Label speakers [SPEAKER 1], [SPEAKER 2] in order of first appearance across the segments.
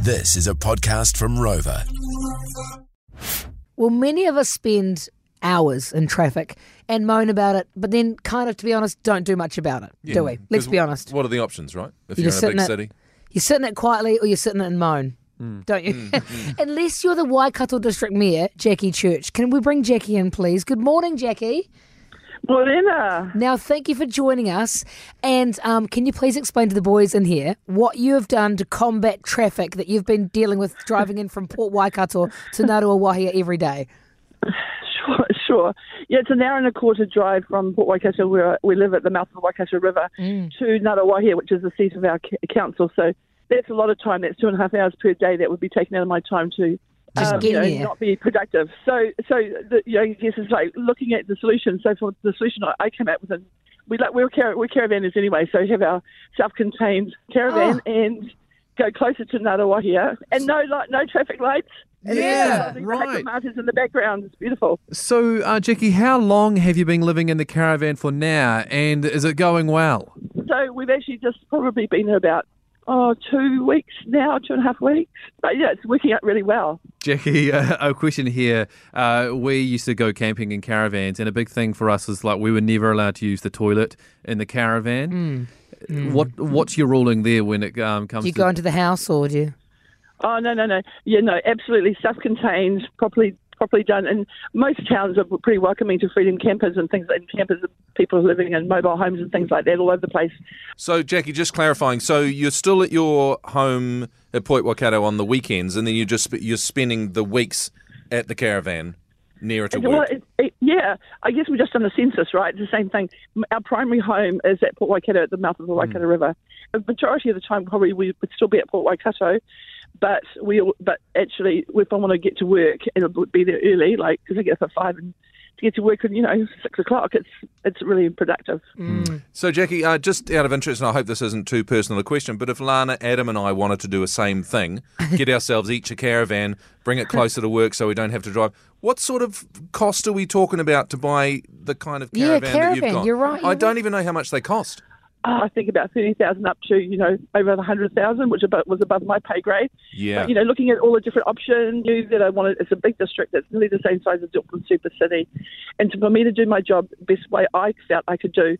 [SPEAKER 1] This is a podcast from Rover.
[SPEAKER 2] Well, many of us spend hours in traffic and moan about it, but then kind of, to be honest, don't do much about it, do we? Let's
[SPEAKER 3] 'Cause
[SPEAKER 2] be
[SPEAKER 3] wh-
[SPEAKER 2] honest.
[SPEAKER 3] What are the options, right? If
[SPEAKER 2] You
[SPEAKER 3] you're
[SPEAKER 2] just
[SPEAKER 3] in
[SPEAKER 2] sit
[SPEAKER 3] a big
[SPEAKER 2] in it.
[SPEAKER 3] city,
[SPEAKER 2] You're sitting it quietly or you're sitting it and moan,
[SPEAKER 3] Hmm.
[SPEAKER 2] don't you? Unless you're the Waikato District Mayor, Jackie Church. Can we bring Jackie in, please? Good morning, Jackie.
[SPEAKER 4] Morena.
[SPEAKER 2] Now, thank you for joining us. And um, can you please explain to the boys in here what you have done to combat traffic that you've been dealing with driving in from Port Waikato to Narua Wahia every day?
[SPEAKER 4] Sure, sure. Yeah, it's an hour and a quarter drive from Port Waikato, where we live at the mouth of the Waikato River,
[SPEAKER 2] Mm.
[SPEAKER 4] to Narawahia, which is the seat of our c- council. So that's a lot of time. That's two and a half hours per day that would be taken out of my time to um,
[SPEAKER 2] Just get
[SPEAKER 4] you know,
[SPEAKER 2] there.
[SPEAKER 4] not be productive. So, so the, you know, I guess it's like looking at the solution. So for the solution I, I came up with, and we like we're, car- we're caravanners anyway, so we have our self-contained caravan
[SPEAKER 2] Oh.
[SPEAKER 4] and go closer to Narawahia, and no light, no traffic lights. And it's
[SPEAKER 5] Yeah,
[SPEAKER 4] just lovely
[SPEAKER 5] right.
[SPEAKER 4] traffic markers in the background. It's beautiful.
[SPEAKER 5] So, uh, Jackie, how long have you been living in the caravan for now, and is it going well?
[SPEAKER 4] So we've actually just probably been here about oh two weeks now, two and a half weeks. But yeah, it's working out really well.
[SPEAKER 5] Jackie, uh, a question here. Uh, we used to go camping in caravans, and a big thing for us is like we were never allowed to use the toilet in the caravan. What What's your ruling there when it um,
[SPEAKER 2] Do
[SPEAKER 5] comes
[SPEAKER 2] Hmm. you
[SPEAKER 5] to
[SPEAKER 2] go into the house or do you?
[SPEAKER 4] Oh no no no yeah no absolutely self-contained properly properly done and most towns are pretty welcoming to freedom campers and things and campers and people living in mobile homes and things like that all over the place.
[SPEAKER 3] so Jackie, just clarifying. So you're still at your home at Point Waikato on the weekends, and then you just you're spending the weeks at the caravan nearer to
[SPEAKER 4] Well,
[SPEAKER 3] work.
[SPEAKER 4] it, it, yeah, I guess we've just done the census, right? It's the same thing. M- Our primary home is at Port Waikato at the mouth of the Waikato River. The majority of the time, probably we would still be at Port Waikato, but we all- but actually, if I want to get to work, it'll be there early, like because I get up at five and to get to work at you know six o'clock. It's it's really productive.
[SPEAKER 3] So Jackie, uh, just out of interest, and I hope this isn't too personal a question, but if Lana, Adam, and I wanted to do a same thing, get ourselves each a caravan, bring it closer to work, so we don't have to drive. What sort of cost are we talking about to buy the kind of
[SPEAKER 2] Yeah,
[SPEAKER 3] caravan, that
[SPEAKER 2] caravan,
[SPEAKER 3] you've got? Oh,
[SPEAKER 2] you're right,
[SPEAKER 3] I
[SPEAKER 2] you're
[SPEAKER 3] don't
[SPEAKER 2] right.
[SPEAKER 3] even know how much they cost.
[SPEAKER 4] Oh, I think about thirty thousand up to you know over a hundred thousand, which about, was above my pay grade.
[SPEAKER 3] Yeah.
[SPEAKER 4] But, you know, looking at all the different options, knew that I wanted. It's a big district that's nearly the same size as Auckland Super City, and to, for me to do my job the best way I felt I could do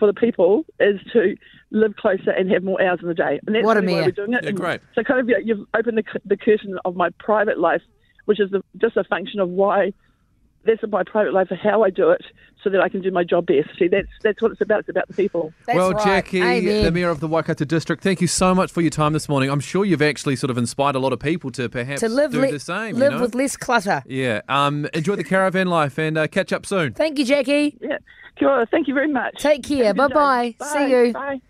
[SPEAKER 4] for the people is to live closer and have more hours in the day. And that's
[SPEAKER 2] What a
[SPEAKER 4] really why
[SPEAKER 2] man.
[SPEAKER 4] we're doing it.
[SPEAKER 3] Yeah,
[SPEAKER 4] And
[SPEAKER 3] great.
[SPEAKER 4] So kind of you know, you've opened the, cu- the curtain of my private life, which is the, just a function of why. That's my private life, how I do it, so that I can do my job best. See, that's that's what it's about. It's about the people.
[SPEAKER 2] That's
[SPEAKER 5] well,
[SPEAKER 2] right.
[SPEAKER 5] Jackie,
[SPEAKER 2] Amen.
[SPEAKER 5] the Mayor of the Waikato District, thank you so much for your time this morning. I'm sure you've actually sort of inspired a lot of people to perhaps
[SPEAKER 2] to live,
[SPEAKER 5] do
[SPEAKER 2] le-
[SPEAKER 5] the same.
[SPEAKER 2] live
[SPEAKER 5] you know?
[SPEAKER 2] with less clutter.
[SPEAKER 5] yeah. Um, enjoy the caravan life and uh, catch up soon.
[SPEAKER 2] Thank you, Jackie.
[SPEAKER 4] Yeah. Kia ora. Thank you very much.
[SPEAKER 2] Take care.
[SPEAKER 4] Have a good
[SPEAKER 2] Bye-bye.
[SPEAKER 4] day.
[SPEAKER 2] See you.
[SPEAKER 4] Bye.